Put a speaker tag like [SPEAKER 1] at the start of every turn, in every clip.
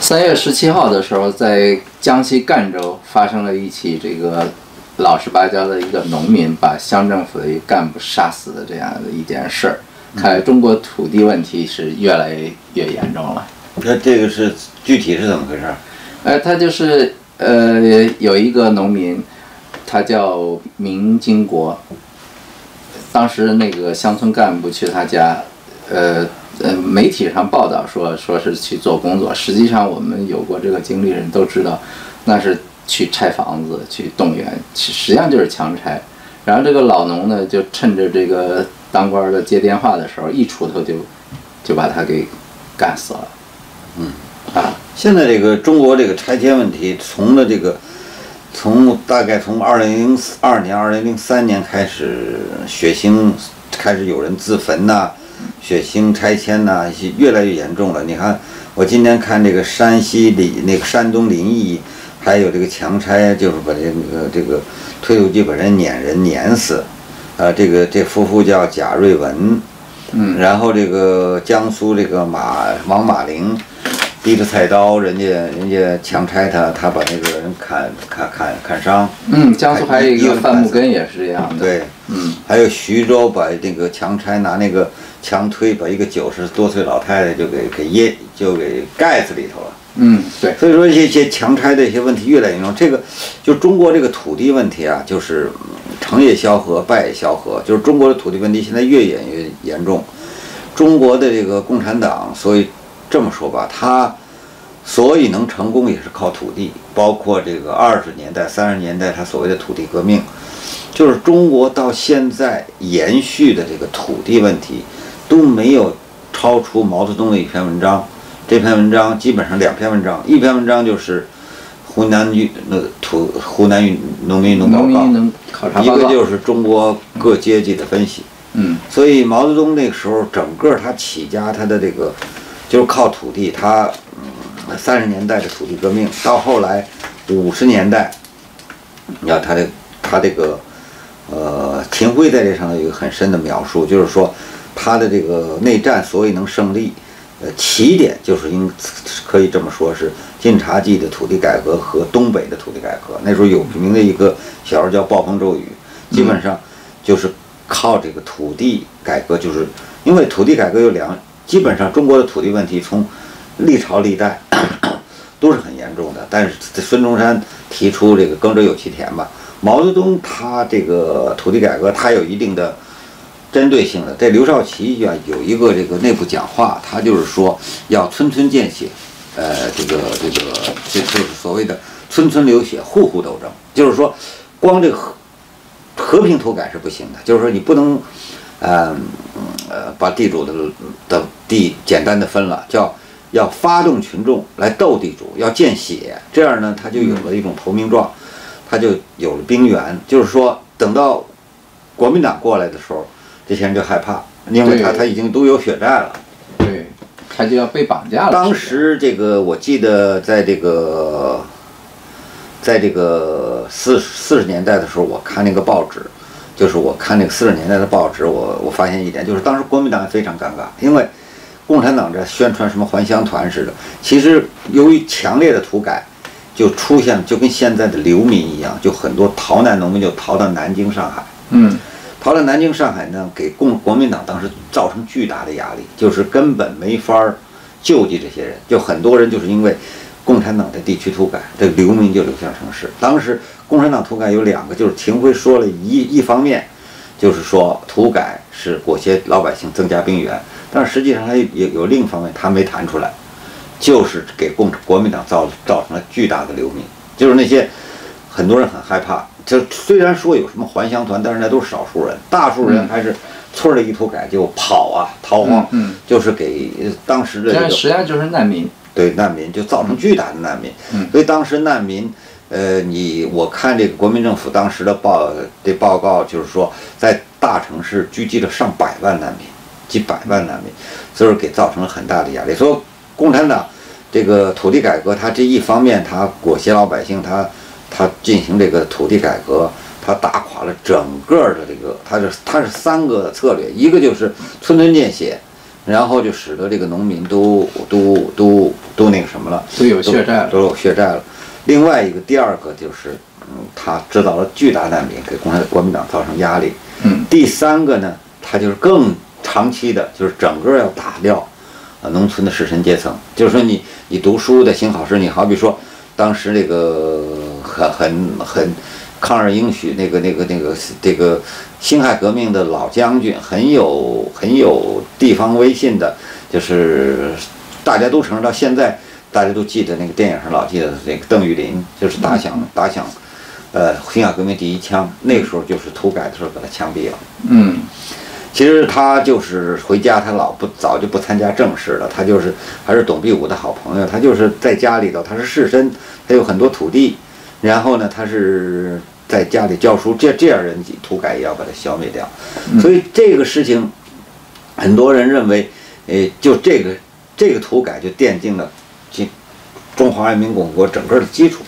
[SPEAKER 1] 三月十七号的时候，在江西赣州发生了一起这个老实巴交的一个农民把乡政府的一干部杀死的这样的一件事儿。看来中国土地问题是越来越严重了。
[SPEAKER 2] 那这个是具体是怎么回事儿？
[SPEAKER 1] 呃，他就是呃有一个农民，他叫明经国。当时那个乡村干部去他家，呃呃，媒体上报道说说是去做工作，实际上我们有过这个经历的人都知道，那是去拆房子、去动员，其实际上就是强拆。然后这个老农呢，就趁着这个当官的接电话的时候，一锄头就就把他给干死了。嗯，啊，
[SPEAKER 2] 现在这个中国这个拆迁问题，从了这个，从大概从二零零二年、二零零三年开始，血腥开始有人自焚呐、血腥拆迁呐、是越来越严重了。你看，我今天看这个山西临那个山东临沂，还有这个强拆，就是把这个这个推土机把人撵人撵死，啊，这个这夫妇叫贾瑞文，
[SPEAKER 1] 嗯，
[SPEAKER 2] 然后这个江苏这个马王马龄，提着菜刀，人家人家强拆他，他把那个人砍砍砍砍伤。
[SPEAKER 1] 嗯，江苏还有一
[SPEAKER 2] 还有
[SPEAKER 1] 个
[SPEAKER 2] 一个
[SPEAKER 1] 范木根也是这样的。，
[SPEAKER 2] 对，
[SPEAKER 1] 嗯，
[SPEAKER 2] 还有徐州把那个强拆拿那个强推，把一个九十多岁老太太就给给噎就给盖子里头了。
[SPEAKER 1] 嗯，对，
[SPEAKER 2] 所以说这些强拆的一些问题越来越严重。这个就中国这个土地问题啊，就是嗯成也萧何，败也萧何，就是中国的土地问题现在越演越严重。中国的这个共产党，所以这么说吧，他所以能成功也是靠土地，包括这个二十年代、三十年代他所谓的土地革命，就是中国到现在延续的这个土地问题都没有超出毛泽东的一篇文章。这篇文章基本上两篇文章，一篇文章就是湖南运那土湖南运农民运动
[SPEAKER 1] 农
[SPEAKER 2] 报
[SPEAKER 1] 民
[SPEAKER 2] 告，
[SPEAKER 1] 能考察
[SPEAKER 2] 一
[SPEAKER 1] 报
[SPEAKER 2] 个
[SPEAKER 1] 告，
[SPEAKER 2] 就是中国各阶级的分析。
[SPEAKER 1] 嗯
[SPEAKER 2] 所以毛泽东那个时候，整个他起家，他的这个就是靠土地，他嗯三十年代的土地革命，到后来五十年代，你看他这他这个呃，秦晖在这上头有一个很深的描述，就是说他的这个内战所以能胜利，呃，起点就是应可以这么说是晋察冀的土地改革和东北的土地改革。那时候有名的一个小说叫《暴风骤雨》，基本上就是靠这个土地改革，就是因为土地改革有两，基本上中国的土地问题从历朝历代都是很严重的。但是孙中山提出这个“耕者有其田”吧，毛泽东他这个土地改革，他有一定的针对性的。这刘少奇啊有一个这个内部讲话，他就是说要村村见血，呃，这个这个这就是所谓的村村流血，户户斗争，就是说光这个和和平土改是不行的，就是说你不能。呃呃，把地主的的地简单的分了，叫要发动群众来斗地主，要见血，这样呢，他就有了一种投名状，他就有了兵源，就是说，等到国民党过来的时候，这些人就害怕，因为他
[SPEAKER 1] 对
[SPEAKER 2] 他已经都有血债了。
[SPEAKER 1] 对，他就要被绑架了。
[SPEAKER 2] 当
[SPEAKER 1] 是不是
[SPEAKER 2] 时这个我记得，在这个，在这个四四十年代的时候，我看那个报纸，就是我看那个四十年代的报纸，我我发现一点，就是当时国民党非常尴尬，因为共产党这宣传什么还乡团似的，其实由于强烈的土改，就出现就跟现在的流民一样，就很多逃难农民就逃到南京、上海。
[SPEAKER 1] 嗯
[SPEAKER 2] 逃到南京、上海呢，给共国民党当时造成巨大的压力，就是根本没法儿救济这些人，就很多人就是因为共产党的地区土改，这个流民就流向城市。当时共产党土改有两个，就是秦晖说了一一方面，就是说土改是裹挟老百姓增加兵源，但是实际上他有有另一方面他没谈出来，就是给共国民党造造成了巨大的流民，就是那些很多人很害怕。就虽然说有什么还乡团，但是那都是少数人，大数人
[SPEAKER 1] 嗯
[SPEAKER 2] 还是村儿里一土改就跑啊逃荒，
[SPEAKER 1] 嗯嗯
[SPEAKER 2] 就是给呃当时的
[SPEAKER 1] 嗯，
[SPEAKER 2] 这
[SPEAKER 1] 但
[SPEAKER 2] 个
[SPEAKER 1] 实际上就是难民。
[SPEAKER 2] 对难民就造成巨大的难民。
[SPEAKER 1] 嗯
[SPEAKER 2] 所以当时难民，呃，你我看这个国民政府当时的报这报告，就是说在大城市聚集了上百万难民，几百万难民，所以给造成了很大的压力。所以共产党这个土地改革，它这一方面它裹挟老百姓，它它进行这个土地改革。它打垮了整个的这个，它是它是三个策略，一个就是村村见血，然后就使得这个农民都都都都那个什么了，
[SPEAKER 1] 都有血债了
[SPEAKER 2] 都有血债了。另外一个，第二个就是，嗯，他制造了巨大难民，给共产国民党造成压力。
[SPEAKER 1] 嗯，
[SPEAKER 2] 第三个呢，它就是更长期的，就是整个要打掉，呃，农村的士绅阶层。就是说你，你读书的行好事，你好比说，当时那个很很很抗日英许那个那个那个这个辛亥革命的老将军，很有很有地方威信的，就是大家都承认到现在。大家都记得那个电影上老记得那个邓玉林，就是打响打响，呃，辛亥革命第一枪，那个时候就是土改的时候把他枪毙了。
[SPEAKER 1] 嗯
[SPEAKER 2] 其实他就是回家，他老不早就不参加政事了，他就是还是董必武的好朋友，他就是在家里头，他是士绅，他有很多土地，然后呢，他是在家里教书，这这样人土改也要把他消灭掉，
[SPEAKER 1] 嗯
[SPEAKER 2] 所以这个事情，很多人认为，呃，就这个这个土改就奠定了这中华人民共和国整个的基础，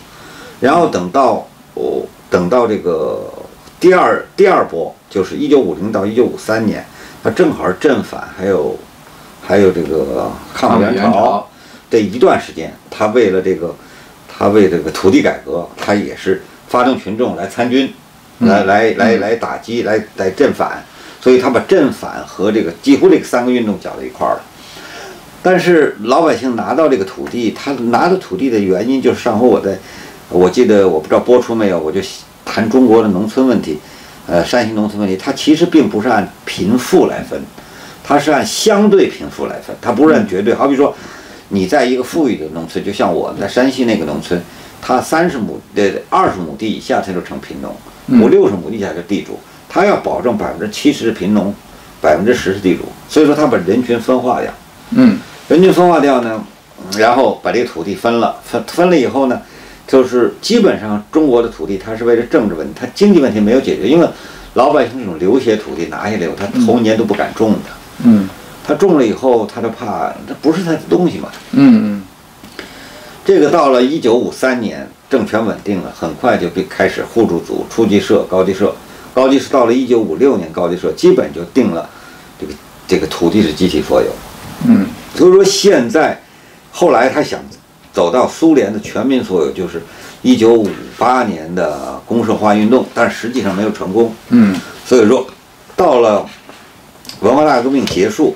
[SPEAKER 2] 然后等到哦，等到这个第二第二波，就是一九五零到一九五三年，它正好是镇反，还有还有这个抗美
[SPEAKER 1] 抗美
[SPEAKER 2] 援
[SPEAKER 1] 援
[SPEAKER 2] 朝
[SPEAKER 1] 朝
[SPEAKER 2] 这一段时间，他为了这个他为这个土地改革，他也是发动群众来参军，来来来来打击，来来镇反，所以他把镇反和这个几乎这个三个运动搅到一块儿了。但是老百姓拿到这个土地，他拿到土地的原因就是上回我在，我记得我不知道播出没有，我就谈中国的农村问题，呃，山西农村问题，它其实并不是按贫富来分，它是按相对贫富来分，它不是按绝对。好比说，你在一个富裕的农村，就像我在山西那个农村，它三十亩呃二十亩地以下它就成贫农，
[SPEAKER 1] 嗯
[SPEAKER 2] 五六十亩地以下就地主，它要保证百分之七十是贫农，百分之十是地主，所以说它把人群分化掉。
[SPEAKER 1] 嗯
[SPEAKER 2] 人均分化掉呢，嗯然后把这个土地分了，分分了以后呢，就是基本上中国的土地它是为了政治问题，它经济问题没有解决，因为老百姓这种流血土地拿下来以后，他头一年都不敢种的，
[SPEAKER 1] 嗯
[SPEAKER 2] 他种了以后他就怕这不是他的东西嘛。
[SPEAKER 1] 嗯
[SPEAKER 2] 这个到了一九五三年，政权稳定了，很快就被开始互助组、初级社、高级社，高级社到了一九五六年，高级社基本就定了这个这个土地是集体所有。
[SPEAKER 1] 嗯
[SPEAKER 2] 所以说现在，后来他想走到苏联的全民所有，就是一九五八年的公社化运动，但实际上没有成功。
[SPEAKER 1] 嗯
[SPEAKER 2] 所以说，到了文化大革命结束，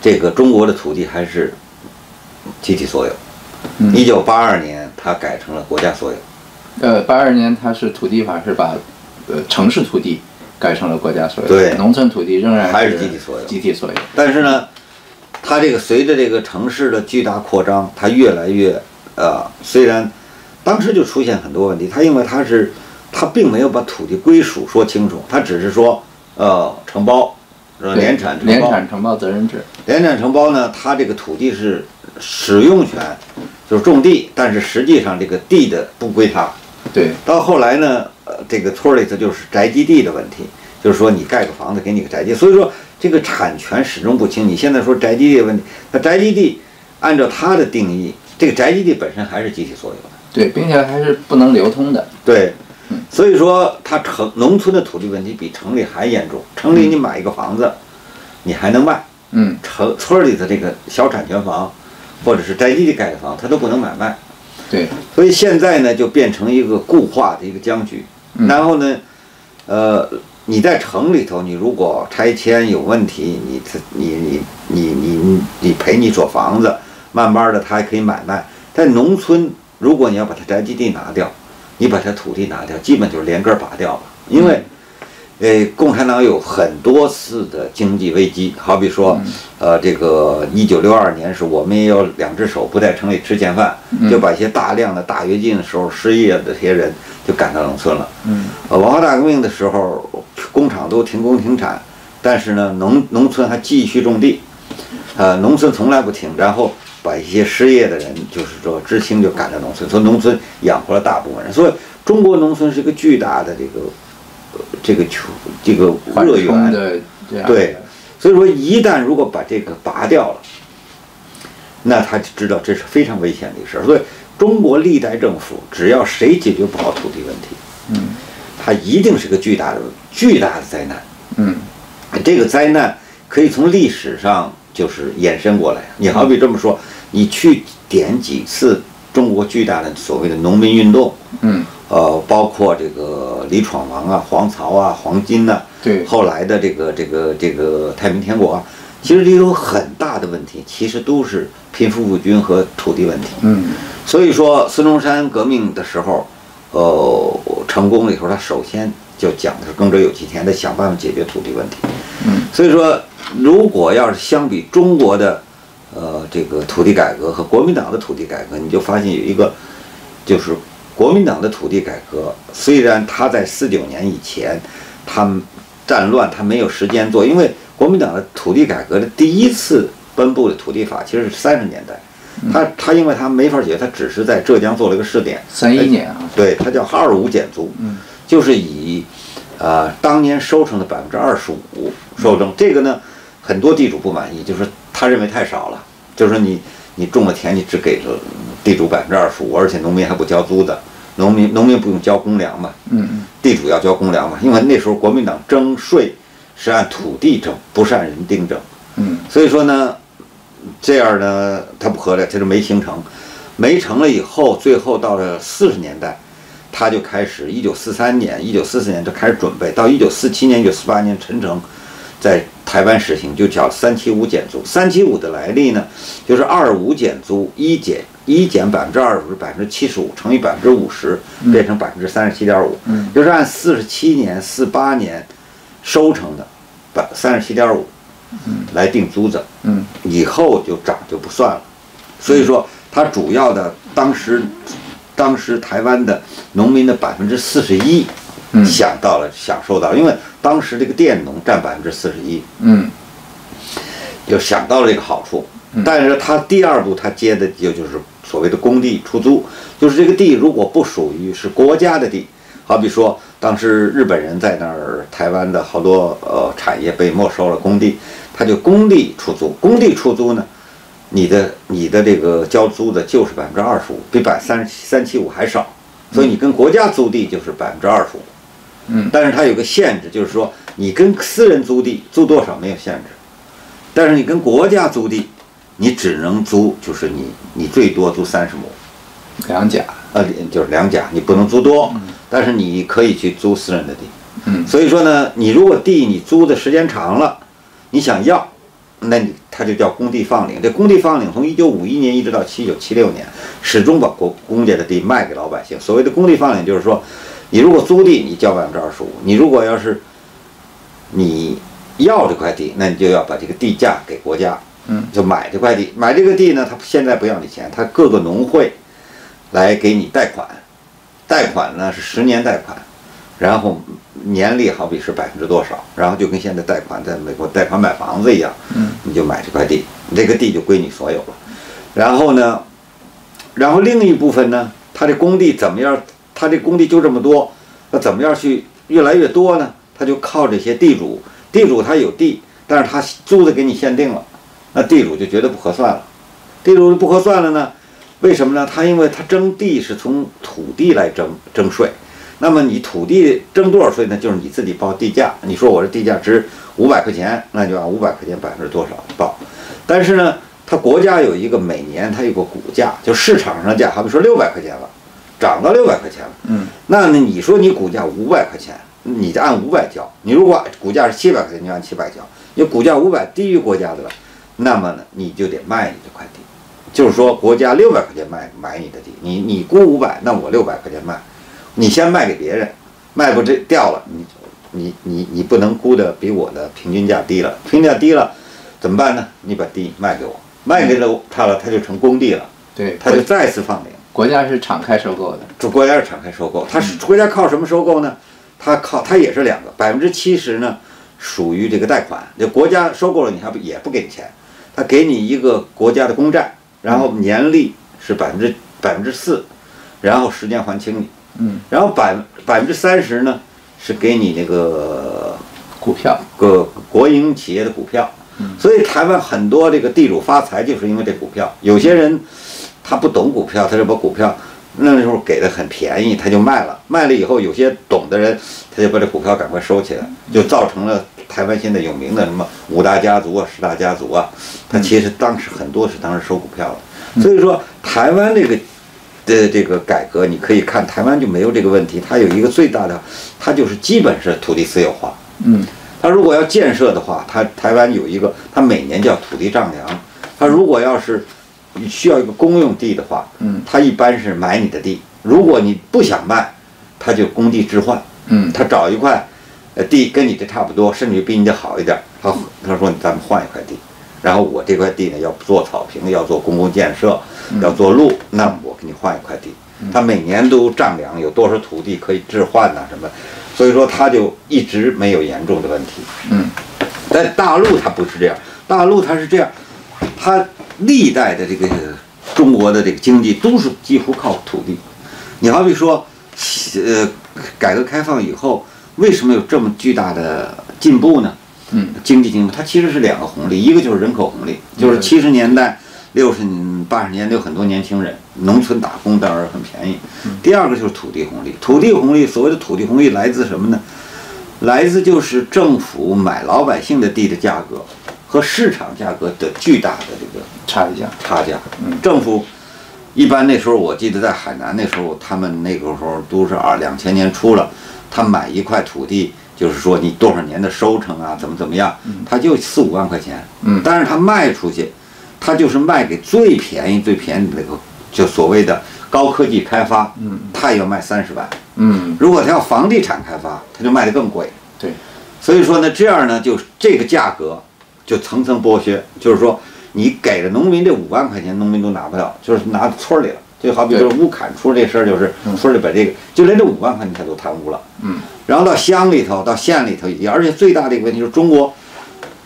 [SPEAKER 2] 这个中国的土地还是集体所有。
[SPEAKER 1] 嗯
[SPEAKER 2] 一九八二年，它改成了国家所有。
[SPEAKER 1] 呃，八二年它是土地法是把呃城市土地改成了国家所有，
[SPEAKER 2] 对
[SPEAKER 1] 农村土地仍然
[SPEAKER 2] 还是
[SPEAKER 1] 是
[SPEAKER 2] 集体所有
[SPEAKER 1] 集体所有。
[SPEAKER 2] 但是呢，它这个随着这个城市的巨大扩张，它越来越呃，虽然当时就出现很多问题，它因为它是它并没有把土地归属说清楚，它只是说呃承包，呃
[SPEAKER 1] 对
[SPEAKER 2] 联产承
[SPEAKER 1] 联
[SPEAKER 2] 包，
[SPEAKER 1] 产承包责任制，
[SPEAKER 2] 联产承包呢，它这个土地是使用权，就是种地，但是实际上这个地的不归它，
[SPEAKER 1] 对，
[SPEAKER 2] 到后来呢，呃，这个村儿里头就是宅基地的问题，就是说你盖个房子给你个宅基，所以说这个产权始终不清。你现在说宅基地的问题，那宅基地按照它的定义，这个宅基地本身还是集体所有的。
[SPEAKER 1] 对，并且还是不能流通的。
[SPEAKER 2] 对，所以说它城农村的土地问题比城里还严重。城里你买一个房子，你还能卖；
[SPEAKER 1] 嗯
[SPEAKER 2] 城村儿里的这个小产权房，或者是宅基地盖的房，它都不能买卖。
[SPEAKER 1] 对，
[SPEAKER 2] 所以现在呢，就变成一个固化的一个僵局。然后呢，呃，你在城里头，你如果拆迁有问题，你你你你你你你赔你所房子，慢慢的它还可以买卖。在农村，如果你要把它宅基地拿掉，你把它土地拿掉，基本就是连根儿拔掉了，因为。呃，共产党有很多次的经济危机，好比说，呃，这个一九六二年是我们也有两只手不在城里吃闲饭，就把一些大量的大跃进的时候失业的这些人就赶到农村了。
[SPEAKER 1] 嗯
[SPEAKER 2] 呃，文化大革命的时候，工厂都停工停产，但是呢，农农村还继续种地，呃，农村从来不停，然后把一些失业的人，就是说知青就赶到农村，所以农村养活了大部分人。所以中国农村是一个巨大的这个、呃这个球这个
[SPEAKER 1] 缓
[SPEAKER 2] 热
[SPEAKER 1] 冲
[SPEAKER 2] 源，
[SPEAKER 1] 的这样的
[SPEAKER 2] 对，所以说一旦如果把这个拔掉了，那他就知道这是非常危险的一个事儿。所以中国历代政府只要谁解决不好土地问题，
[SPEAKER 1] 嗯
[SPEAKER 2] 它一定是个巨大的、巨大的灾难。
[SPEAKER 1] 嗯
[SPEAKER 2] 这个灾难可以从历史上就是延伸过来。你好比这么说，你去点几次中国巨大的所谓的农民运动，
[SPEAKER 1] 嗯，
[SPEAKER 2] 呃，包括这个李闯王啊、黄巢啊、黄巾呐、
[SPEAKER 1] 对
[SPEAKER 2] 后来的这个这个这个太平天国啊，其实也有很大的问题，其实都是贫富不均和土地问题。
[SPEAKER 1] 嗯
[SPEAKER 2] 所以说，孙中山革命的时候，呃，成功了以后，他首先就讲的是耕者有其田，得想办法解决土地问题。
[SPEAKER 1] 嗯
[SPEAKER 2] 所以说，如果要是相比中国的，呃，这个土地改革和国民党的土地改革，你就发现有一个，就是国民党的土地改革，虽然他在四九年以前，他们战乱他没有时间做，因为国民党的土地改革的第一次颁布的土地法其实是三十年代，
[SPEAKER 1] 嗯
[SPEAKER 2] 他他因为他没法解决，他只是在浙江做了一个试点，
[SPEAKER 1] 31年啊
[SPEAKER 2] 对，它叫二五减租，
[SPEAKER 1] 嗯
[SPEAKER 2] 就是以呃当年收成的百分之二十五收征，这个呢很多地主不满意，就是他认为太少了，就是说你你种了田，你只给了地主百分之二十五，而且农民还不交租的，农民农民不用交公粮嘛，
[SPEAKER 1] 嗯
[SPEAKER 2] 地主要交公粮嘛，因为那时候国民党征税是按土地征，不是按人丁征，
[SPEAKER 1] 嗯
[SPEAKER 2] 所以说呢，这样呢，它不合理，它就没形成。没成了以后，最后到了四十年代，他就开始，一九四三年、一九四四年就开始准备，到一九四七年、一九四八年，陈诚在台湾实行，就叫“三七五减租”。三七五的来历呢，就是二五减租，一减一减百分之二十，百分之七十五乘以百分之五十，变成百分之三十七点五
[SPEAKER 1] 嗯，
[SPEAKER 2] 就是按四十七年、四八年收成的百三十七点五来定租子。
[SPEAKER 1] 嗯
[SPEAKER 2] 以后就涨就不算了。所以说，它主要的当时，当时台湾的农民的百分之四十一
[SPEAKER 1] 嗯
[SPEAKER 2] 享到了享受到了，因为当时这个佃农占百分之四十一，
[SPEAKER 1] 嗯
[SPEAKER 2] 就想到了这个好处。但是他第二步他接的就就是所谓的工地出租，就是这个地如果不属于是国家的地，好比说当时日本人在那儿台湾的好多呃产业被没收了工地，他就工地出租，工地出租呢，你的你的这个交租的就是百分之二十五，比百三三七五还少，所以你跟国家租地就是百分之二十五。
[SPEAKER 1] 嗯
[SPEAKER 2] 但是它有个限制，就是说你跟私人租地租多少没有限制，但是你跟国家租地，你只能租，就是你你最多租三十亩，
[SPEAKER 1] 两甲
[SPEAKER 2] 呃，就是两甲，你不能租多，但是你可以去租私人的地。
[SPEAKER 1] 嗯
[SPEAKER 2] 所以说呢，你如果地你租的时间长了，你想要，那你它就叫工地放领。这工地放领从一九五一年一直到一九七六年，始终把国公家的地卖给老百姓。所谓的工地放领，就是说，你如果租地，你交百分之二十五；你如果要是你要这块地，那你就要把这个地价给国家，
[SPEAKER 1] 嗯，
[SPEAKER 2] 就买这块地。买这个地呢，他现在不要你钱，他各个农会来给你贷款，贷款呢是十年贷款，然后年利好比是百分之多少，然后就跟现在贷款在美国贷款买房子一样，
[SPEAKER 1] 嗯，
[SPEAKER 2] 你就买这块地，你这个地就归你所有了。然后呢，然后另一部分呢，它这工地怎么样？它这工地就这么多，那怎么样去越来越多呢？它就靠这些地主，地主他有地，但是他租的给你限定了，那地主就觉得不合算了。地主不合算了呢，为什么呢？他因为他征地是从土地来征征税，那么你土地征多少税呢？就是你自己报地价。你说我这地价值五百块钱，那就按五百块钱百分之多少报。但是呢，它国家有一个每年它有个股价，就市场上价，好比说六百块钱了，涨到六百块钱了。
[SPEAKER 1] 嗯
[SPEAKER 2] 那呢你说你股价五百块钱，你就按五百交；你如果股价是七百块钱，你就按七百交。你股价五百低于国家的了，那么呢，你就得卖你这块地，就是说国家六百块钱卖买你的地，你你估五百，那我六百块钱卖，你先卖给别人，卖不这掉了，你你你你不能估的比我的平均价低了，平均价低了怎么办呢？你把地卖给我，卖给了我他了，他就成工地了，
[SPEAKER 1] 对，
[SPEAKER 2] 他
[SPEAKER 1] 国
[SPEAKER 2] 就再次放领。
[SPEAKER 1] 国家是敞开收购的，
[SPEAKER 2] 这国家是敞开收购，它是国家靠什么收购呢？它靠它也是两个，百分之七十呢属于这个贷款，就国家收购了你还不也不给你钱，他给你一个国家的公债，然后年利是百分之百分之四，然后时间还清你，
[SPEAKER 1] 嗯，
[SPEAKER 2] 然后百百分之三十呢是给你那个
[SPEAKER 1] 股票
[SPEAKER 2] 个国营企业的股票，所以台湾很多这个地主发财就是因为这股票。有些人他不懂股票，他就把股票那时候给的很便宜，他就卖了。卖了以后，有些懂的人他就把这股票赶快收起来，就造成了台湾现在有名的什么五大家族啊、十大家族啊，他其实当时很多是当时收股票的。所以说，台湾这个的这个改革，你可以看台湾就没有这个问题，它有一个最大的，它就是基本是土地私有化。
[SPEAKER 1] 嗯
[SPEAKER 2] 它如果要建设的话，它台湾有一个，它每年叫土地丈量。它如果要是需要一个公用地的话，
[SPEAKER 1] 嗯
[SPEAKER 2] 它一般是买你的地。如果你不想卖，它就工地置换，
[SPEAKER 1] 嗯
[SPEAKER 2] 它找一块呃地跟你的差不多，甚至比你的好一点。他他说咱们换一块地，然后我这块地呢要做草坪，要做公共建设，
[SPEAKER 1] 嗯
[SPEAKER 2] 要做路，那我给你换一块地。他每年都丈量有多少土地可以置换呐、什么，所以说他就一直没有严重的问题。
[SPEAKER 1] 嗯
[SPEAKER 2] 在大陆它不是这样，大陆它是这样，它历代的这个中国的这个经济都是几乎靠土地。你好比说，呃，改革开放以后，为什么有这么巨大的进步呢？
[SPEAKER 1] 嗯
[SPEAKER 2] 经济进步，它其实是两个红利，一个就是人口红利，就是七十年代、六十八十年代有很多年轻人农村打工，当然很便宜。第二个就是土地红利，土地红利，所谓的土地红利来自什么呢？来自就是政府买老百姓的地的价格和市场价格的巨大的这个
[SPEAKER 1] 插一下，
[SPEAKER 2] 差价
[SPEAKER 1] 嗯。
[SPEAKER 2] 政府一般那时候，我记得在海南那时候，他们那个时候都是啊，两千年初了，他买一块土地，就是说你多少年的收成啊，怎么怎么样，他就四五万块钱。
[SPEAKER 1] 嗯
[SPEAKER 2] 但是他卖出去，他就是卖给最便宜、最便宜的那个，就所谓的高科技开发，
[SPEAKER 1] 嗯，
[SPEAKER 2] 他也要卖三十万。
[SPEAKER 1] 嗯
[SPEAKER 2] 如果他要房地产开发，他就卖得更贵。
[SPEAKER 1] 对，
[SPEAKER 2] 所以说呢，这样呢，就是这个价格就层层剥削，就是说你给了农民这五万块钱，农民都拿不到，就是拿村里了。就好比
[SPEAKER 1] 对
[SPEAKER 2] 就是乌坎出这事儿，就是村里把这个，就连这五万块钱他都贪污了。
[SPEAKER 1] 嗯
[SPEAKER 2] 然后到乡里头，到县里头也，而且最大的一个问题就是中国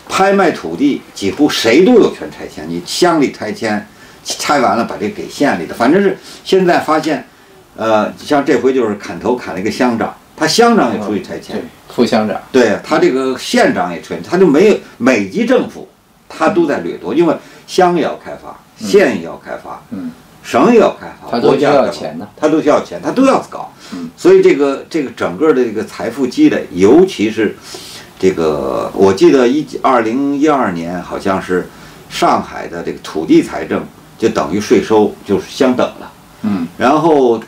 [SPEAKER 2] 拍卖土地几乎谁都有权拆迁，你乡里拆迁，拆完了把这给县里的，反正是现在发现，呃，像这回就是砍头砍了一个乡长，他乡长也出去拆迁，
[SPEAKER 1] 对，副乡长，
[SPEAKER 2] 对他这个县长也吹，他就没有每级政府，他都在掠夺，因为乡也要开发，县也要开发，
[SPEAKER 1] 嗯
[SPEAKER 2] 省也要开发，
[SPEAKER 1] 他都
[SPEAKER 2] 国家
[SPEAKER 1] 需要
[SPEAKER 2] 开发
[SPEAKER 1] 钱呢，
[SPEAKER 2] 他都需要钱，他都要搞。
[SPEAKER 1] 嗯
[SPEAKER 2] 所以这个这个整个的这个财富积累，尤其是这个，我记得一二零一二年好像是上海的这个土地财政就等于税收就是相等了。
[SPEAKER 1] 嗯
[SPEAKER 2] 然后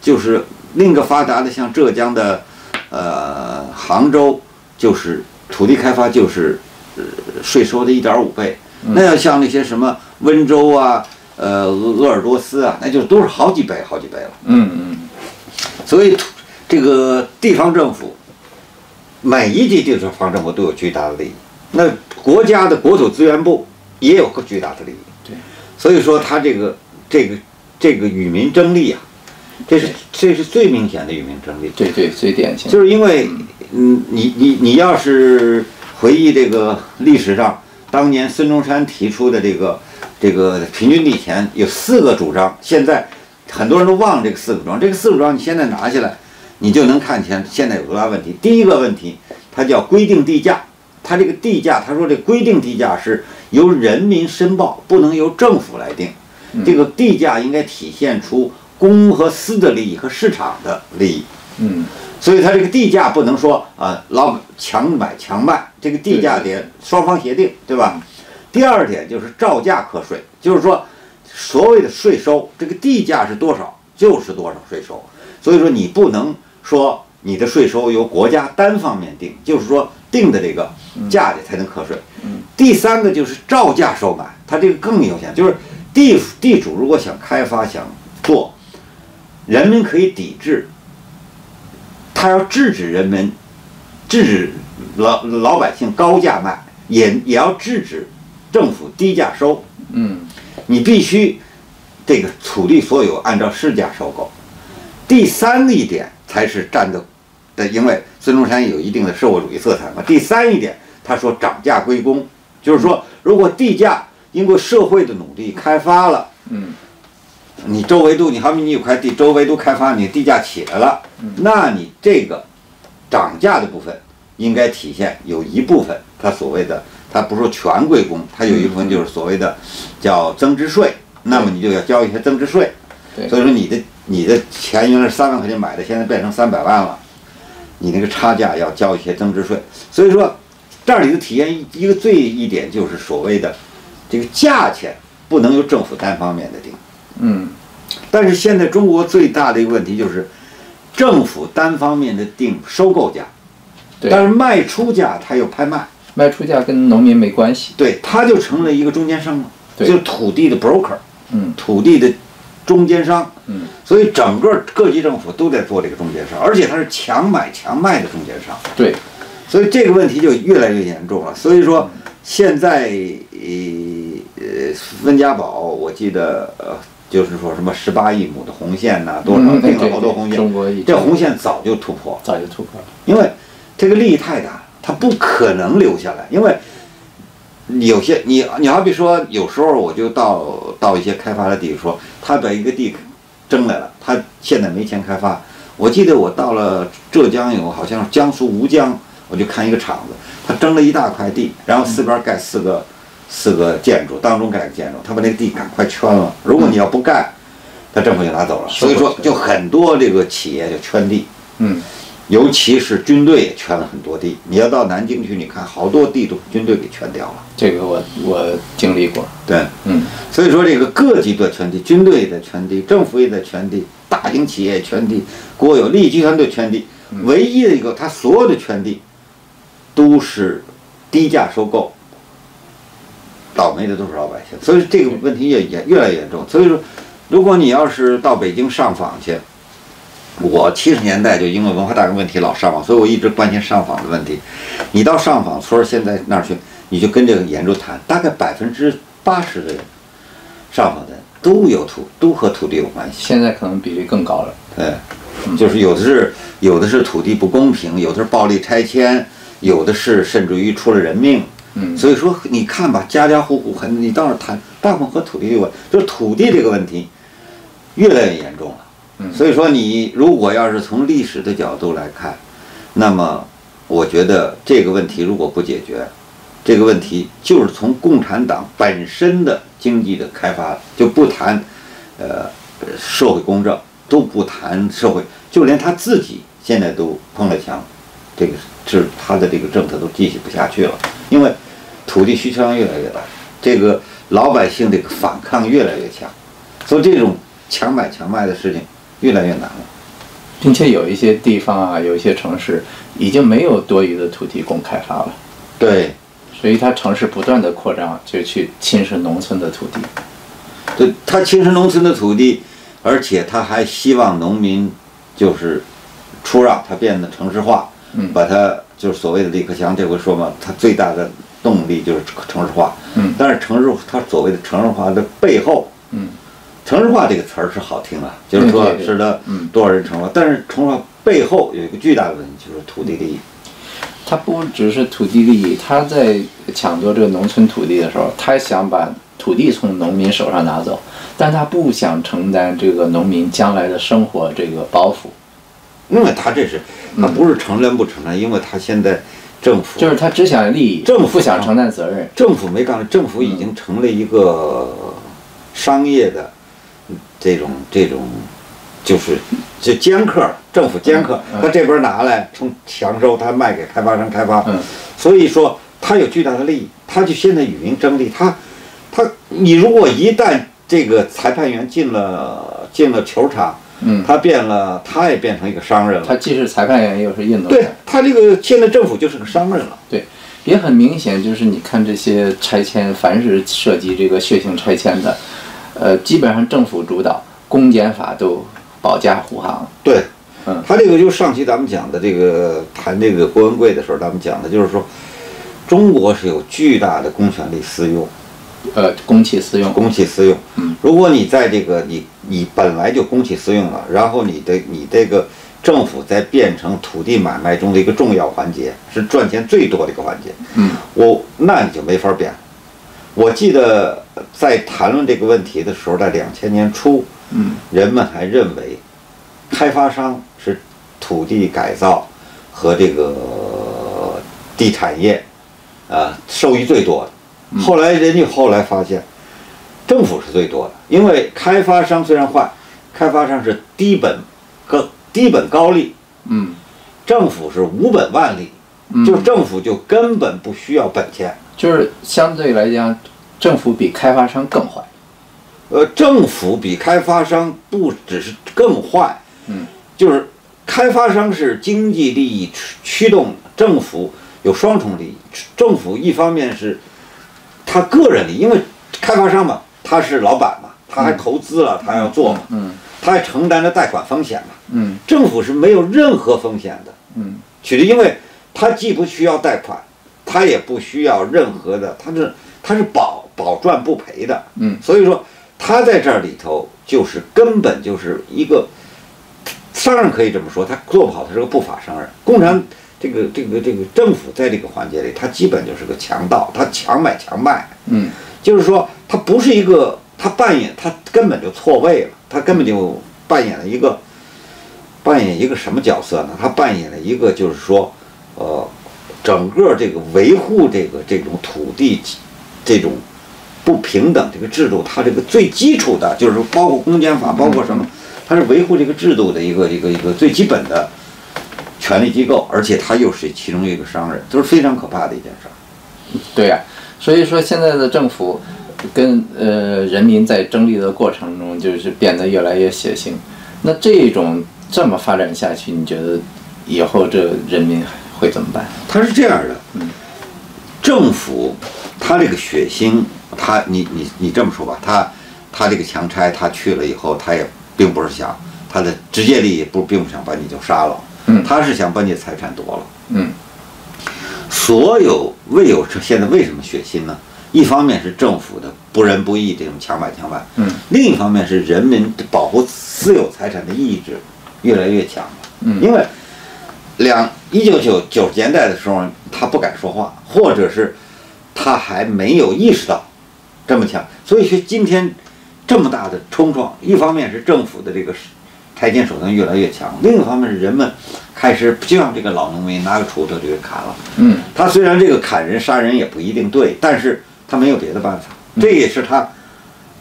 [SPEAKER 2] 就是另一个发达的，像浙江的，呃，杭州，就是土地开发就是、呃、税收的一点五倍。那要像那些什么温州啊，呃，鄂鄂尔多斯啊，那就都是好几倍、好几倍了。
[SPEAKER 1] 嗯嗯
[SPEAKER 2] 所以土这个地方政府，每一级地方政府都有巨大的利益。那国家的国土资源部也有个巨大的利益。
[SPEAKER 1] 对，
[SPEAKER 2] 所以说他这个这个这个与民争利啊，这是这是最明显的与民争利。
[SPEAKER 1] 对对，最典型，
[SPEAKER 2] 就是因为，嗯，你你你要是回忆这个历史上，当年孙中山提出的这个这个平均地权有四个主张，现在很多人都忘了这个四个主张。这个四个主张你现在拿下来，你就能看见现在有多大问题。第一个问题，它叫规定地价，它这个地价，他说这规定地价是由人民申报，不能由政府来定。这个地价应该体现出公和私的利益和市场的利益。
[SPEAKER 1] 嗯
[SPEAKER 2] 所以它这个地价不能说啊，老强买强卖，这个地价得双方协定，对吧？第二点就是照价课税，就是说所谓的税收，这个地价是多少就是多少税收，所以说你不能说你的税收由国家单方面定，就是说定的这个价里才能课税。第三个就是照价收买，它这个更有钱，就是地地主如果想开发想做，人民可以抵制，他要制止人民，制止老老百姓高价卖，也也要制止政府低价收。
[SPEAKER 1] 嗯
[SPEAKER 2] 你必须这个土地所有按照市价收购。第三一点才是站的的，因为孙中山有一定的社会主义色彩嘛。第三一点，他说涨价归公，就是说如果地价经过社会的努力开发了。
[SPEAKER 1] 嗯
[SPEAKER 2] 你周围都，你好比你有块地，周围都开发，你地价起来了，那你这个涨价的部分应该体现有一部分，它所谓的它不是说全归公，它有一部分就是所谓的叫增值税，那么你就要交一些增值税。
[SPEAKER 1] 对
[SPEAKER 2] 所以说你的你的钱原来是三万块钱买的，现在变成三百万了，你那个差价要交一些增值税。所以说这样你就体验一一个最一点就是所谓的这个价钱不能由政府单方面的定。
[SPEAKER 1] 嗯
[SPEAKER 2] 但是现在中国最大的一个问题就是，政府单方面的定收购价，
[SPEAKER 1] 对
[SPEAKER 2] 但是卖出价它又拍卖，
[SPEAKER 1] 卖出价跟农民没关系。
[SPEAKER 2] 对，它就成了一个中间商了，
[SPEAKER 1] 对
[SPEAKER 2] 就是土地的 broker，
[SPEAKER 1] 嗯
[SPEAKER 2] 土地的中间商。
[SPEAKER 1] 嗯，
[SPEAKER 2] 所以整个各级政府都在做这个中间商，而且它是强买强卖的中间商。
[SPEAKER 1] 对，
[SPEAKER 2] 所以这个问题就越来越严重了。所以说，现在呃呃，温家宝，我记得呃，就是说什么十八亿亩的红线呐、多少
[SPEAKER 1] 嗯
[SPEAKER 2] 定
[SPEAKER 1] 对
[SPEAKER 2] 了好多红线，
[SPEAKER 1] 中国已经
[SPEAKER 2] 这红线早就突破了，
[SPEAKER 1] 早就突破了。
[SPEAKER 2] 因为这个利益太大，它不可能留下来，因为。有些你你好比说，有时候我就到到一些开发的地说，他把一个地争来了，他现在没钱开发。我记得我到了浙江有好像江苏吴江，我就看一个厂子，他争了一大块地，然后四边盖四个四个建筑，当中盖个建筑，他把那个地赶快圈了。如果你要不盖，他政府就拿走了。所以说，就很多这个企业就圈地。
[SPEAKER 1] 嗯
[SPEAKER 2] 尤其是军队也圈了很多地，你要到南京去，你看好多地都军队给圈掉了。
[SPEAKER 1] 这个我我经历过。
[SPEAKER 2] 对，
[SPEAKER 1] 嗯
[SPEAKER 2] 所以说这个各级的圈地，军队也在圈地，政府也在圈地，大型企业也圈地，国有利益集团都圈地，唯一的一个，它所有的圈地都是低价收购，倒霉的都是老百姓。所以这个问题也也越来越严重。所以说，如果你要是到北京上访去，我七十年代就因为文化大革命问题老上访，所以我一直关心上访的问题。你到上访村儿现在那儿去，你就跟这个研究谈，大概百分之八十的人上访的人都有土，都和土地有关系。
[SPEAKER 1] 现在可能比例更高了。
[SPEAKER 2] 哎，就是有的是有的是土地不公平，有的是暴力拆迁，有的是甚至于出了人命。
[SPEAKER 1] 嗯
[SPEAKER 2] 所以说你看吧，家家户户很，你到那儿谈，大部分和土地有关，就是土地这个问题越来越严重了。
[SPEAKER 1] 嗯
[SPEAKER 2] 所以说你如果要是从历史的角度来看，那么我觉得这个问题如果不解决，这个问题就是从共产党本身的经济的开发，就不谈，呃，社会公正，都不谈社会，就连他自己现在都碰了墙，这个是他的这个政策都继续不下去了，因为土地需求量越来越大，这个老百姓这个反抗越来越强，所以这种强买强卖的事情越来越难了。
[SPEAKER 1] 并且有一些地方啊，有一些城市已经没有多余的土地供开发了，
[SPEAKER 2] 对，
[SPEAKER 1] 所以它城市不断的扩张，就去侵蚀农村的土地。
[SPEAKER 2] 对他侵蚀农村的土地，而且他还希望农民就是出让，他变得城市化，
[SPEAKER 1] 嗯
[SPEAKER 2] 把他就是所谓的李克强这回说嘛，他最大的动力就是城市化，
[SPEAKER 1] 嗯
[SPEAKER 2] 但是城市他所谓的城市化的背后，
[SPEAKER 1] 嗯，
[SPEAKER 2] 城市化这个词儿是好听啊，就是说
[SPEAKER 1] 对对对
[SPEAKER 2] 使得
[SPEAKER 1] 嗯
[SPEAKER 2] 多少人城市化，但是城市化背后有一个巨大的问题就是土地利益，
[SPEAKER 1] 他不只是土地利益，他在抢夺这个农村土地的时候，他想把土地从农民手上拿走，但他不想承担这个农民将来的生活这个包袱，
[SPEAKER 2] 因为他这是他不是承认不承认，因为他现在政府
[SPEAKER 1] 嗯就是他只想利益，
[SPEAKER 2] 政府
[SPEAKER 1] 不想承担责任。
[SPEAKER 2] 政府没干，政府已经成了一个商业的这种
[SPEAKER 1] 嗯
[SPEAKER 2] 这种，就是就尖客，政府尖客，
[SPEAKER 1] 嗯嗯
[SPEAKER 2] 他这边拿来从强收，他卖给开发商开发，
[SPEAKER 1] 嗯
[SPEAKER 2] 所以说他有巨大的利益，他就现在与民争利，他他你如果一旦这个裁判员进了进了球场，
[SPEAKER 1] 嗯，
[SPEAKER 2] 他变了，他也变成一个商人
[SPEAKER 1] 他
[SPEAKER 2] 了，
[SPEAKER 1] 既是裁判员又是运动
[SPEAKER 2] 对
[SPEAKER 1] 员，
[SPEAKER 2] 他这个现在政府就是个商人了。
[SPEAKER 1] 对。也很明显，就是你看这些拆迁，凡是涉及这个血腥拆迁的，呃，基本上政府主导，公检法都保驾护航。
[SPEAKER 2] 对，
[SPEAKER 1] 嗯
[SPEAKER 2] 他这个就上期咱们讲的这个谈这个郭文贵的时候，咱们讲的就是说，中国是有巨大的公权力私用，
[SPEAKER 1] 呃，公器私用。
[SPEAKER 2] 公器私用。
[SPEAKER 1] 嗯，
[SPEAKER 2] 如果你在这个你你本来就公器私用了，然后你的你这个政府再变成土地买卖中的一个重要环节，是赚钱最多的一个环节。
[SPEAKER 1] 嗯
[SPEAKER 2] 我那你就没法变了。我记得在谈论这个问题的时候，在两千年初，
[SPEAKER 1] 嗯
[SPEAKER 2] 人们还认为开发商是土地改造和这个呃地产业啊、呃受益最多的。后来人家后来发现，政府是最多的，因为开发商虽然坏，开发商是低本高低本高利，
[SPEAKER 1] 嗯
[SPEAKER 2] 政府是无本万利，就政府就根本不需要本钱。
[SPEAKER 1] 就是相对来讲，政府比开发商更坏。
[SPEAKER 2] 呃，政府比开发商不只是更坏，
[SPEAKER 1] 嗯，
[SPEAKER 2] 就是开发商是经济利益驱驱动，政府有双重利益。政府一方面是他个人利益，因为开发商嘛，他是老板嘛，他还投资了，他要做嘛，
[SPEAKER 1] 嗯
[SPEAKER 2] 他还承担了贷款风险嘛。
[SPEAKER 1] 嗯
[SPEAKER 2] 政府是没有任何风险的，
[SPEAKER 1] 嗯
[SPEAKER 2] 取决因为他既不需要贷款，他也不需要任何的，他是他是保保赚不赔的，
[SPEAKER 1] 嗯，
[SPEAKER 2] 所以说他在这里头就是根本就是一个商人可以这么说，他做不好，他是个不法商人。共产这个这个这个政府在这个环节里，他基本就是个强盗，他强买强卖，
[SPEAKER 1] 嗯
[SPEAKER 2] 就是说他不是一个，他扮演他根本就错位了，他根本就扮演了一个扮演一个什么角色呢？他扮演了一个就是说，呃，整个这个维护这个这种土地这种不平等这个制度，它这个最基础的就是说包括公检法，包括什么，它是维护这个制度的一个一个一个最基本的权力机构，而且他又是其中一个商人，这是非常可怕的一件事儿。
[SPEAKER 1] 对呀、所以说现在的政府跟呃人民在争利的过程中，就是变得越来越血腥。那这种这么发展下去，你觉得以后这人民会怎么办？
[SPEAKER 2] 它是这样的，政府它这个血腥，它你你你这么说吧，它它这个强拆，它去了以后，它也并不是想它的直接利益不并不想把你就杀了，
[SPEAKER 1] 嗯
[SPEAKER 2] 它是想把你的财产夺了。
[SPEAKER 1] 嗯
[SPEAKER 2] 所有为有现在为什么血腥呢？一方面是政府的不仁不义这种强买强卖，
[SPEAKER 1] 嗯
[SPEAKER 2] 另一方面是人民保护私有财产的意志越来越强了。
[SPEAKER 1] 嗯
[SPEAKER 2] 因为两一九九九十年代的时候，他不敢说话，或者是他还没有意识到这么强，所以说今天这么大的冲撞，一方面是政府的这个拆迁手段越来越强，另一方面是人们开始就像这个老农民拿个锄头就给砍了。
[SPEAKER 1] 嗯
[SPEAKER 2] 他虽然这个砍人杀人也不一定对，但是他没有别的办法，
[SPEAKER 1] 嗯
[SPEAKER 2] 这也是他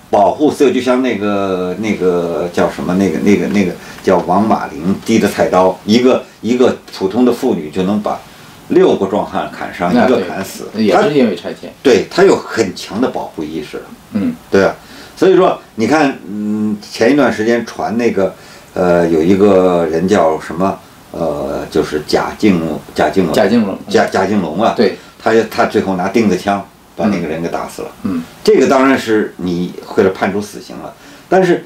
[SPEAKER 2] 保护所有，就像那个那个叫什么那个那个那个叫王马林提着菜刀，一个一个普通的妇女就能把六个壮汉砍伤，
[SPEAKER 1] 那
[SPEAKER 2] 一个
[SPEAKER 1] 对
[SPEAKER 2] 砍死，
[SPEAKER 1] 也
[SPEAKER 2] 他
[SPEAKER 1] 是因为拆迁。
[SPEAKER 2] 对他有很强的保护意识。
[SPEAKER 1] 嗯
[SPEAKER 2] 对啊，所以说你看，嗯，前一段时间传那个，呃，有一个人叫什么，呃，就是贾静贾静龙
[SPEAKER 1] 贾静雯
[SPEAKER 2] 贾贾静龙啊，
[SPEAKER 1] 对，
[SPEAKER 2] 他他最后拿钉子枪把那个人给打死了。
[SPEAKER 1] 嗯
[SPEAKER 2] 这个当然是你会了判处死刑了，但是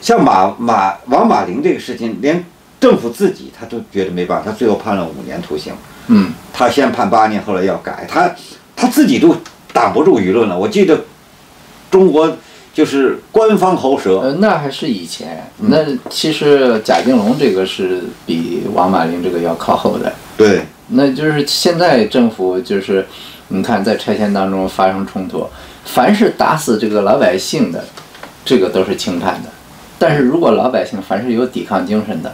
[SPEAKER 2] 像马马王马林这个事情，连政府自己他都觉得没办法，他最后判了五年徒刑。
[SPEAKER 1] 嗯
[SPEAKER 2] 他先判八年，后来要改，他他自己都挡不住舆论了。我记得中国就是官方喉舌，
[SPEAKER 1] 呃，那还是以前。那其实贾静雯这个是比王马林这个要靠后的。
[SPEAKER 2] 对
[SPEAKER 1] 那就是现在政府就是，你看在拆迁当中发生冲突，凡是打死这个老百姓的，这个都是轻判的；但是如果老百姓凡是有抵抗精神的，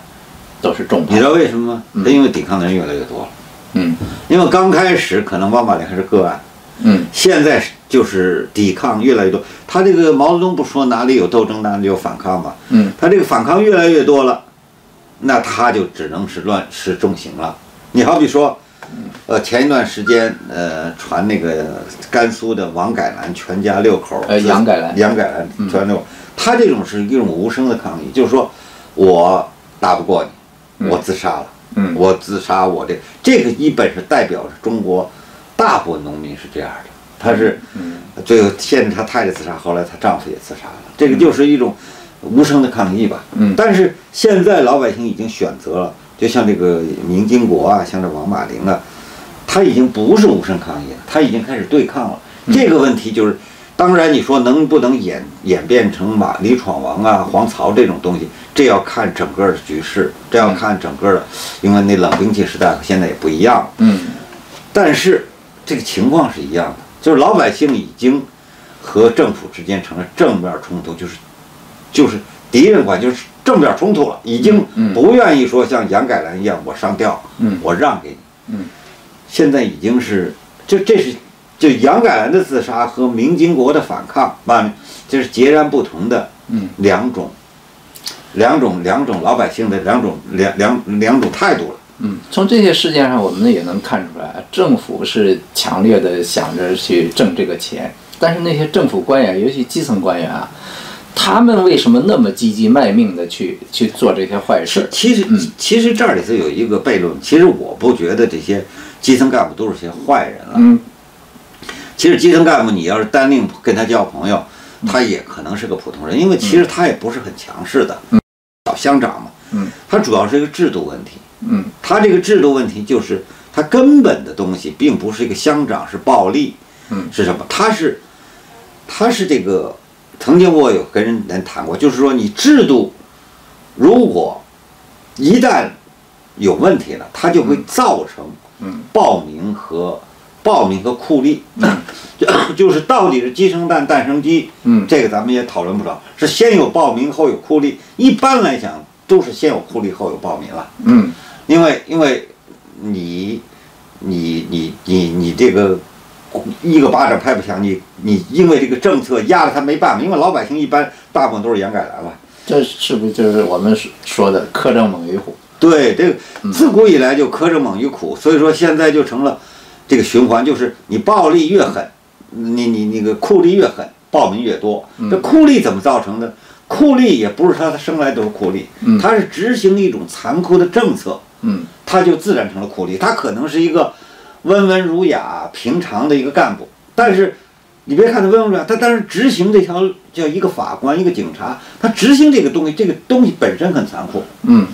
[SPEAKER 1] 都是重
[SPEAKER 2] 你知
[SPEAKER 1] 判。
[SPEAKER 2] 道为什么吗？他因为抵抗的人越来越多了。
[SPEAKER 1] 嗯
[SPEAKER 2] 因为刚开始可能王马林还是个案，
[SPEAKER 1] 嗯
[SPEAKER 2] 现在就是抵抗越来越多。他这个毛泽东不说哪里有斗争哪里有反抗嘛，
[SPEAKER 1] 嗯
[SPEAKER 2] 他这个反抗越来越多了，那他就只能是乱是重刑了。你好比说，呃，前一段时间呃传那个甘肃的王改兰全家六口，
[SPEAKER 1] 呃杨改兰嗯
[SPEAKER 2] 杨改兰全家六口，他这种是一种无声的抗议，就是说我打不过你，我自杀了。
[SPEAKER 1] 嗯
[SPEAKER 2] 我自杀，我这这个一本是代表着中国大部分农民是这样的，他是
[SPEAKER 1] 嗯
[SPEAKER 2] 最后先是他太太自杀，后来她丈夫也自杀了，这个就是一种无声的抗议吧。
[SPEAKER 1] 嗯
[SPEAKER 2] 但是现在老百姓已经选择了，就像这个明经国啊，像这王马林啊，他已经不是无声抗议了，他已经开始对抗了。这个问题就是，当然你说能不能演演变成马李闯王啊、黄巢这种东西，这要看整个的局势，这要看整个的，因为那冷兵器时代和现在也不一样了。
[SPEAKER 1] 嗯
[SPEAKER 2] 但是这个情况是一样的，就是老百姓已经和政府之间成了正面冲突，就是就是敌人关系，就是正面冲突了，已经
[SPEAKER 1] 嗯
[SPEAKER 2] 不愿意说像杨改兰一样我上吊，
[SPEAKER 1] 嗯
[SPEAKER 2] 我让给你，
[SPEAKER 1] 嗯，
[SPEAKER 2] 现在已经是就这是就杨改兰的自杀和明经国的反抗，啊，这是截然不同的
[SPEAKER 1] 嗯
[SPEAKER 2] 两种。两种两种老百姓的两种两两两种态度了，
[SPEAKER 1] 嗯，从这些事件上，我们也能看出来，政府是强烈的想着去挣这个钱，但是那些政府官员，尤其基层官员啊，他们为什么那么积极卖命的去去做这些坏事？
[SPEAKER 2] 其实，
[SPEAKER 1] 嗯
[SPEAKER 2] 其实这里头有一个悖论。其实我不觉得这些基层干部都是些坏人了。
[SPEAKER 1] 嗯，
[SPEAKER 2] 其实基层干部，你要是单另跟他交朋友，
[SPEAKER 1] 嗯
[SPEAKER 2] 他也可能是个普通人，因为其实他也不是很强势的。
[SPEAKER 1] 嗯，
[SPEAKER 2] 小乡长嘛。
[SPEAKER 1] 嗯，
[SPEAKER 2] 他主要是一个制度问题。
[SPEAKER 1] 嗯
[SPEAKER 2] 他这个制度问题就是他根本的东西，并不是一个乡长是暴力，
[SPEAKER 1] 嗯
[SPEAKER 2] 是什么？他是，他是这个，曾经我有跟人谈过，就是说你制度如果一旦有问题了，它就会造成
[SPEAKER 1] 嗯
[SPEAKER 2] 暴民和暴民和酷吏，就就是到底是鸡生蛋，蛋生鸡，
[SPEAKER 1] 嗯
[SPEAKER 2] 这个咱们也讨论不少，是先有暴民后有酷吏，一般来讲都是先有酷吏后有暴民了。
[SPEAKER 1] 嗯
[SPEAKER 2] 因为因为你你你你你这个一个巴掌拍不响，你你因为这个政策压了他没办法，因为老百姓一般大部分都是杨改兰了。
[SPEAKER 1] 这是不是就是我们说的“苛政猛于虎
[SPEAKER 2] 对，这个自古以来就苛政猛于苦，所以说现在就成了这个循环，就是你暴力越狠，你你你那个酷吏越狠，暴民越多。这酷吏怎么造成的？酷吏也不是他生来都是酷吏，他是执行一种残酷的政策。”？
[SPEAKER 1] 嗯
[SPEAKER 2] 他就自然成了酷吏。他可能是一个温文儒雅、平常的一个干部，但是你别看他温文儒雅，他但是执行这条叫一个法官、一个警察，他执行这个东西，这个东西本身很残酷，
[SPEAKER 1] 嗯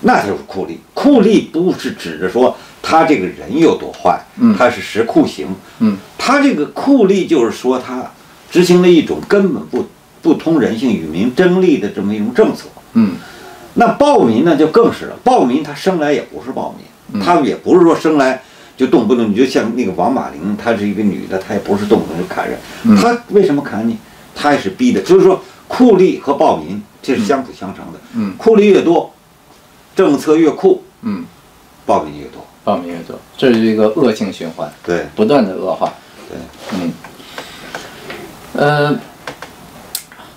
[SPEAKER 2] 那就是酷吏。酷吏不是指着说他这个人有多坏，他是实酷刑。
[SPEAKER 1] 嗯
[SPEAKER 2] 他这个酷吏就是说他执行了一种根本不不通人性、与民争利的这么一种政策。
[SPEAKER 1] 嗯
[SPEAKER 2] 那暴民呢，就更是了。暴民他生来也不是暴民，他也不是说生来就动不动你就像那个王马玲，她是一个女的，她也不是动不动就砍人。她为什么砍你？她也是逼的。所以说，酷吏和暴民这是相辅相成的。
[SPEAKER 1] 嗯
[SPEAKER 2] 酷吏越多，政策越酷，
[SPEAKER 1] 嗯，
[SPEAKER 2] 暴民越多。
[SPEAKER 1] 暴民越多，这是一个恶性循环，
[SPEAKER 2] 对
[SPEAKER 1] 不断的恶化。
[SPEAKER 2] 对，
[SPEAKER 1] 嗯，呃，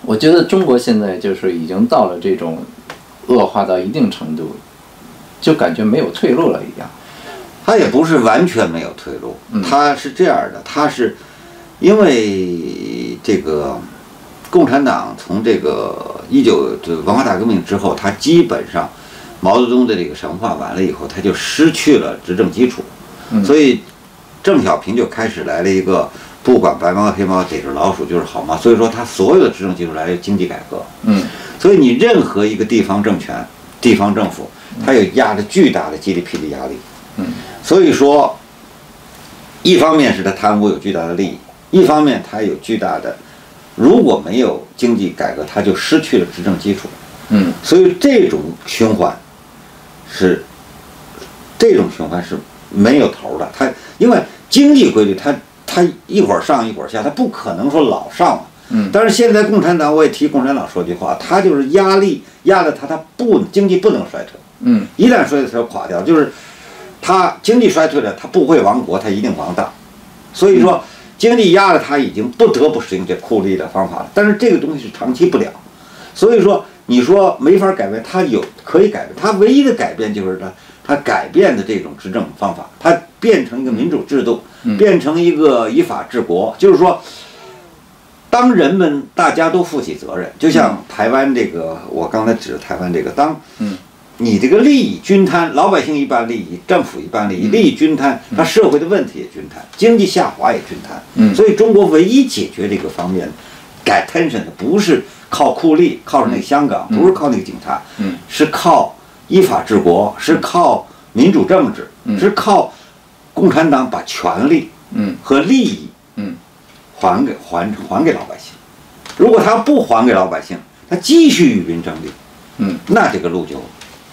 [SPEAKER 1] 我觉得中国现在就是已经到了这种恶化到一定程度，就感觉没有退路了一样。
[SPEAKER 2] 他也不是完全没有退路，他是这样的，他是因为这个共产党从这个一九就文化大革命之后，他基本上毛泽东的这个神话完了以后，他就失去了执政基础，所以邓小平就开始来了一个不管白猫黑猫逮着老鼠就是好猫，所以说他所有的执政基础来了经济改革，
[SPEAKER 1] 嗯
[SPEAKER 2] 所以你任何一个地方政权、地方政府，它有压着巨大的 GDP 的压力。
[SPEAKER 1] 嗯，
[SPEAKER 2] 所以说，一方面是他贪污有巨大的利益，一方面他有巨大的，如果没有经济改革，他就失去了执政基础。
[SPEAKER 1] 嗯
[SPEAKER 2] 所以这种循环是这种循环是没有头儿的。它因为经济规律，它它一会儿上一会儿下，它不可能说老上嘛。
[SPEAKER 1] 嗯
[SPEAKER 2] 但是现在共产党，我也替共产党说句话，他就是压力压着他，他不经济不能衰退，
[SPEAKER 1] 嗯
[SPEAKER 2] 一旦衰退它就垮掉，就是他经济衰退了，他不会亡国，他一定亡大。所以说，经济压着他已经不得不使用这酷吏的方法了，但是这个东西是长期不了。所以说，你说没法改变，他有可以改变，他唯一的改变就是他他改变的这种执政方法，他变成一个民主制度，变成一个依法治国，就是说。当人们大家都负起责任，就像台湾这个，我刚才指着台湾这个，当
[SPEAKER 1] 嗯
[SPEAKER 2] 你这个利益均摊，老百姓一半利益，政府一半利益，利益均摊，它社会的问题也均摊，经济下滑也均摊。
[SPEAKER 1] 嗯
[SPEAKER 2] 所以中国唯一解决这个方面改 tension 的，不是靠酷吏，靠着那个香港，不是靠那个警察，
[SPEAKER 1] 嗯
[SPEAKER 2] 是靠依法治国，是靠民主政治，是靠共产党把权力
[SPEAKER 1] 嗯
[SPEAKER 2] 和利益
[SPEAKER 1] 嗯
[SPEAKER 2] 还给还还给老百姓。如果他不还给老百姓，他继续与民争利，
[SPEAKER 1] 嗯。
[SPEAKER 2] 那这个路就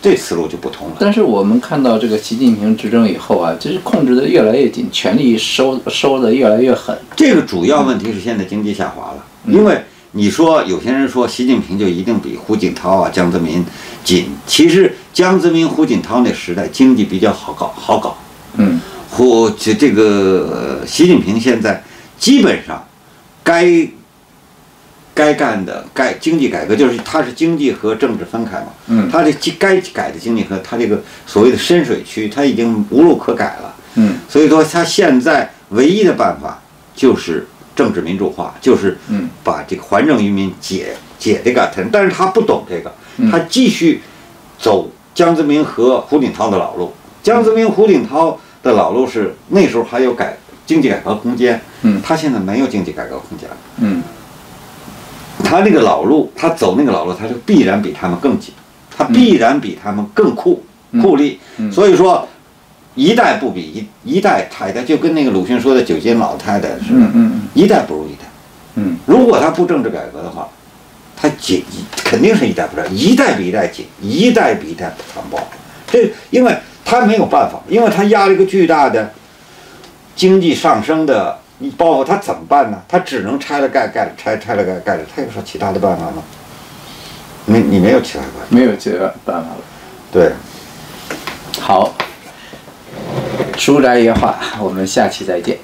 [SPEAKER 2] 这思路就不通了。
[SPEAKER 1] 但是我们看到这个习近平执政以后啊，就是控制的越来越紧，权力收收的越来越狠。
[SPEAKER 2] 这个主要问题是现在经济下滑了，因为你说有些人说习近平就一定比胡锦涛啊、江泽民紧，其实江泽民、胡锦涛那时代经济比较好搞，好搞。
[SPEAKER 1] 嗯
[SPEAKER 2] 胡这这个呃习近平现在基本上该该干的该经济改革，就是它是经济和政治分开嘛。
[SPEAKER 1] 嗯
[SPEAKER 2] 它这经该改的经济和它这个所谓的深水区，它已经无路可改了。
[SPEAKER 1] 嗯
[SPEAKER 2] 所以说，它现在唯一的办法就是政治民主化，就是
[SPEAKER 1] 嗯
[SPEAKER 2] 把这个还政于民解解这个但是他不懂这个，
[SPEAKER 1] 嗯
[SPEAKER 2] 他继续走江泽民和胡锦涛的老路。江泽民、胡锦涛的老路是那时候还有改经济改革空间，
[SPEAKER 1] 嗯
[SPEAKER 2] 他现在没有经济改革空间了。
[SPEAKER 1] 嗯
[SPEAKER 2] 他那个老路，他走那个老路，他就必然比他们更紧，他必然比他们更酷、酷吏。所以说，一代不比一一代差一代，就跟那个鲁迅说的九斤老太太似的，
[SPEAKER 1] 嗯嗯
[SPEAKER 2] 一代不如一代。
[SPEAKER 1] 嗯
[SPEAKER 2] 如果他不政治改革的话，他紧肯定是一代不长，一代比一代紧，一代比一代残暴。这因为他没有办法，因为他压了一个巨大的经济上升的包袱，他怎么办呢？他只能拆了盖，盖了拆，拆了盖，盖了拆，他有啥其他的办法吗？你你没有其他的办法。
[SPEAKER 1] 没有这个办法了。
[SPEAKER 2] 对，
[SPEAKER 1] 好，书斋夜话，我们下期再见。